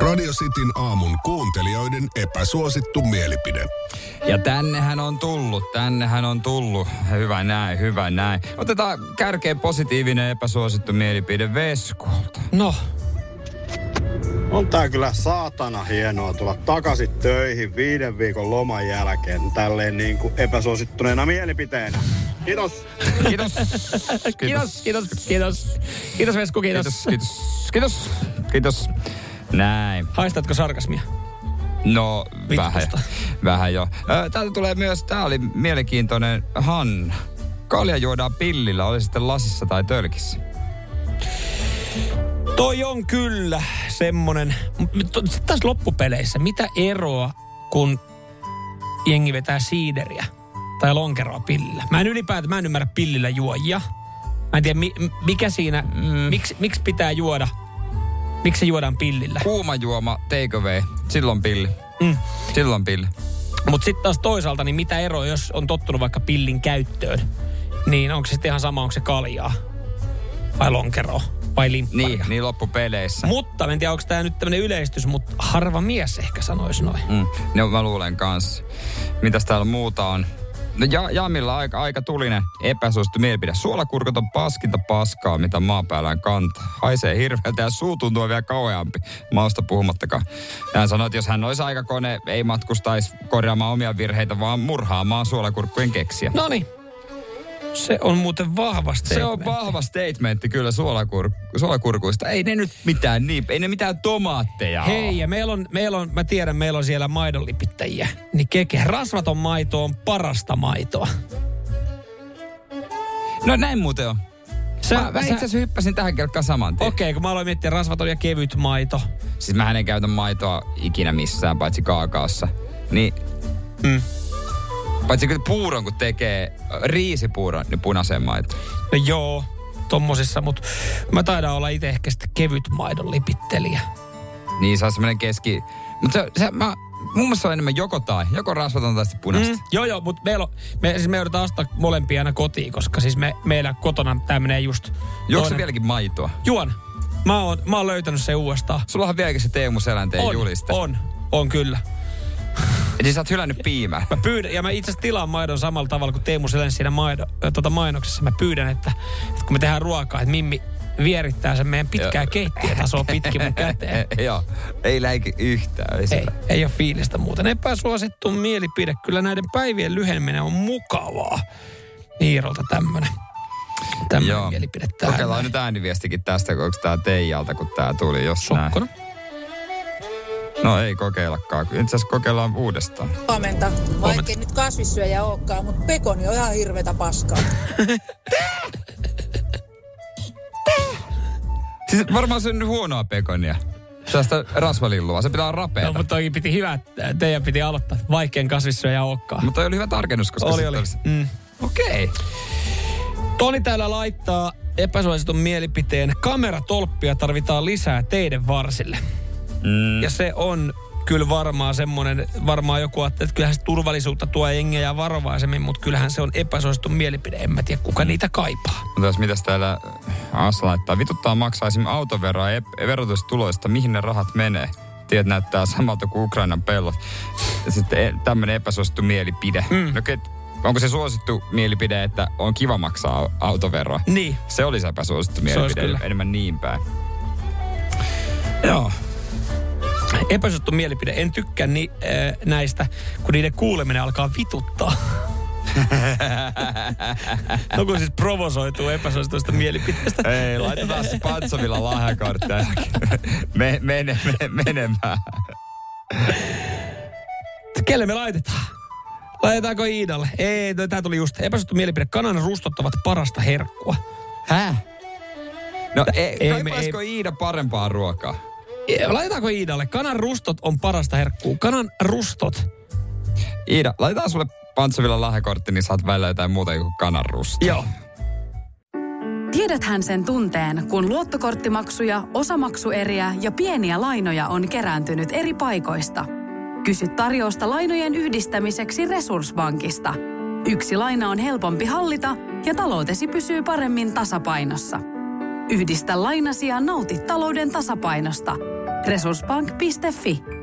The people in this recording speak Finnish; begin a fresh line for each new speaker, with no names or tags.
Radio Cityn aamun kuuntelijoiden epäsuosittu mielipide.
Ja tännehän on tullut, tännehän on tullut. Hyvä näin, hyvä näin. Otetaan kärkeen positiivinen epäsuosittu mielipide Veskolta.
No,
On tää kyllä saatana hienoa tulla takaisin töihin viiden viikon loman jälkeen tälleen niin kuin epäsuosittuneena mielipiteenä. Kiitos.
Kiitos.
kiitos, kiitos, kiitos. Kiitos Vesku, kiitos.
Kiitos, kiitos, kiitos, kiitos. Näin.
Haistatko sarkasmia?
No,
Vitkusta.
vähän, vähän jo. Ö, Täältä tulee myös, tää oli mielenkiintoinen Hanna. Kalja juodaan pillillä, oli sitten lasissa tai tölkissä.
Toi on kyllä semmonen. Sitten taas loppupeleissä, mitä eroa, kun jengi vetää siideriä tai lonkeroa pillillä? Mä en ylipäätään, mä en ymmärrä pillillä juojia. Mä en tiedä, mi- mikä siinä, mm. miksi, miksi pitää juoda, miksi se juodaan pillillä.
Kuuma juoma, take away, silloin pilli.
Mm.
Silloin pilli.
Mutta sitten taas toisaalta, niin mitä eroa, jos on tottunut vaikka pillin käyttöön? Niin onko se sitten ihan sama, onko se kaljaa? Vai lonkeroa? Vai limpparia?
Niin, niin loppupeleissä.
Mutta, mä en tiedä, onko tämä nyt tämmöinen yleistys, mutta harva mies ehkä sanoisi noin.
Mm. No mä luulen kanssa. Mitäs täällä muuta on? No ja, Jamilla aika, aika tulinen epäsuosittu mielipide. Suolakurkut on paskinta paskaa, mitä maan päällään kantaa. Haisee hirveältä ja suu tuntuu vielä kauheampi. Mausta puhumattakaan. Hän sanoi, että jos hän olisi aikakone, ei matkustaisi korjaamaan omia virheitä, vaan murhaamaan suolakurkkujen keksiä.
No niin. Se on muuten vahva
Se on
statementti.
vahva statementti kyllä suolakur- suolakurkuista. Ei ne nyt mitään niin, ei ne mitään tomaatteja oo.
Hei, ja meillä on, meillä on, mä tiedän, meillä on siellä maidonlipittäjiä. Niin keke, rasvaton maito on parasta maitoa.
No näin muuten on. Sä, mä, mä itse
Okei,
asiassa hyppäsin tähän kelkkaan saman tien.
okay, kun mä aloin miettiä rasvaton ja kevyt maito.
Siis mä en käytä maitoa ikinä missään, paitsi kaakaossa. Niin,
Mm.
paitsi kun puuron, kun tekee äh, riisipuuron, niin punaiseen maitoon.
No joo, tommosissa, mutta mä taidan olla itse ehkä sitten kevyt maidon lipittelijä.
Niin se on semmoinen keski... Mutta se, se mä, mun mielestä se on enemmän joko tai, joko rasvaton tai sitten punaista.
Mm, joo, joo, mutta meillä on, me, siis me joudutaan ostaa molempia aina kotiin, koska siis me, meillä kotona tämä menee just...
Juokse
toinen-
vieläkin maitoa?
Juon. Mä oon, mä oon löytänyt sen uudestaan.
Sulla on vieläkin se Teemu Selänteen
on,
juliste.
on, on kyllä.
Eli sä oot hylännyt piimää.
Mä pyydän, ja mä itse asiassa tilaan maidon samalla tavalla kuin Teemu Selän siinä maido, ö, tota mainoksessa. Mä pyydän, että, että kun me tehdään ruokaa, että Mimmi vierittää sen meidän pitkää keittiötasoa pitkin mun käteen.
Joo, ei läiki yhtään. Ei,
Ei,
sillä.
ei ole fiilistä muuten. Epäsuosittu mielipide. Kyllä näiden päivien lyheneminen on mukavaa. Iirolta tämmönen. Tämmönen
Joo.
mielipide täällä.
Kokeillaan nyt ääniviestikin tästä, kun onko tää Teijalta, kun tää tuli jossain.
Sokkona.
No ei kokeillakaan. Itse asiassa kokeillaan uudestaan.
Huomenta. Vaikka nyt kasvissyöjä olekaan, mutta pekoni on ihan hirvetä paskaa.
Siis varmaan se on nyt huonoa pekonia. Sellaista rasvalillua. Se pitää olla rapeeta.
No,
No,
mutta toki piti hyvä, että teidän piti aloittaa. Vaikean kasvissyöjä olekaan.
mutta toi oli hyvä tarkennus, koska
Oli,
sitten
oli.
olisi-
Mm.
Okei. Okay.
Toni täällä laittaa epäsuositun mielipiteen. Kameratolppia tarvitaan lisää teidän varsille. Mm. Ja se on kyllä varmaan semmoinen, varmaan joku ajattelee, että kyllähän se turvallisuutta tuo jengiä ja varovaisemmin, mutta kyllähän se on epäsuositun mielipide. En mä tiedä, kuka niitä kaipaa.
Mutta jos mitäs täällä As laittaa. Vituttaa maksaisin autoveroa ja ep- verotustuloista. Mihin ne rahat menee? Tiet näyttää samalta kuin Ukrainan pellot. Ja Sitten e- tämmönen epäsuosittu mielipide. Mm. No, ket, onko se suosittu mielipide, että on kiva maksaa au- autoveroa?
Niin.
Se olisi epäsuosittu
olisi
mielipide.
kyllä.
Enemmän niin päin. Joo.
Epäsuosittu mielipide. En tykkää ni, äh, näistä, kun niiden kuuleminen alkaa vituttaa. no kun siis provosoituu epäsuosituista mielipiteistä.
Ei, laitetaan Spatsovilla lahjakortteja. Me, mene, me, menemään.
Kelle me laitetaan? Laitetaanko Iidalle? Ei, no, tää tuli just epäsuosittu mielipide. Kanan rustot ovat parasta herkkua.
Häh? No ei,
ei
ei,
me-
kaipaisiko Iida parempaa ruokaa?
E, Laitetaanko Iidalle? Kanan rustot on parasta herkkua. Kanan rustot.
Iida, laitetaan sulle Pantsovilla lahjakortti, niin saat välillä jotain muuta kuin kananrusta.
Joo.
Tiedäthän sen tunteen, kun luottokorttimaksuja, osamaksueriä ja pieniä lainoja on kerääntynyt eri paikoista. Kysy tarjousta lainojen yhdistämiseksi Resurssbankista. Yksi laina on helpompi hallita ja taloutesi pysyy paremmin tasapainossa. Yhdistä lainasi ja nauti talouden tasapainosta. Resurssbank.fi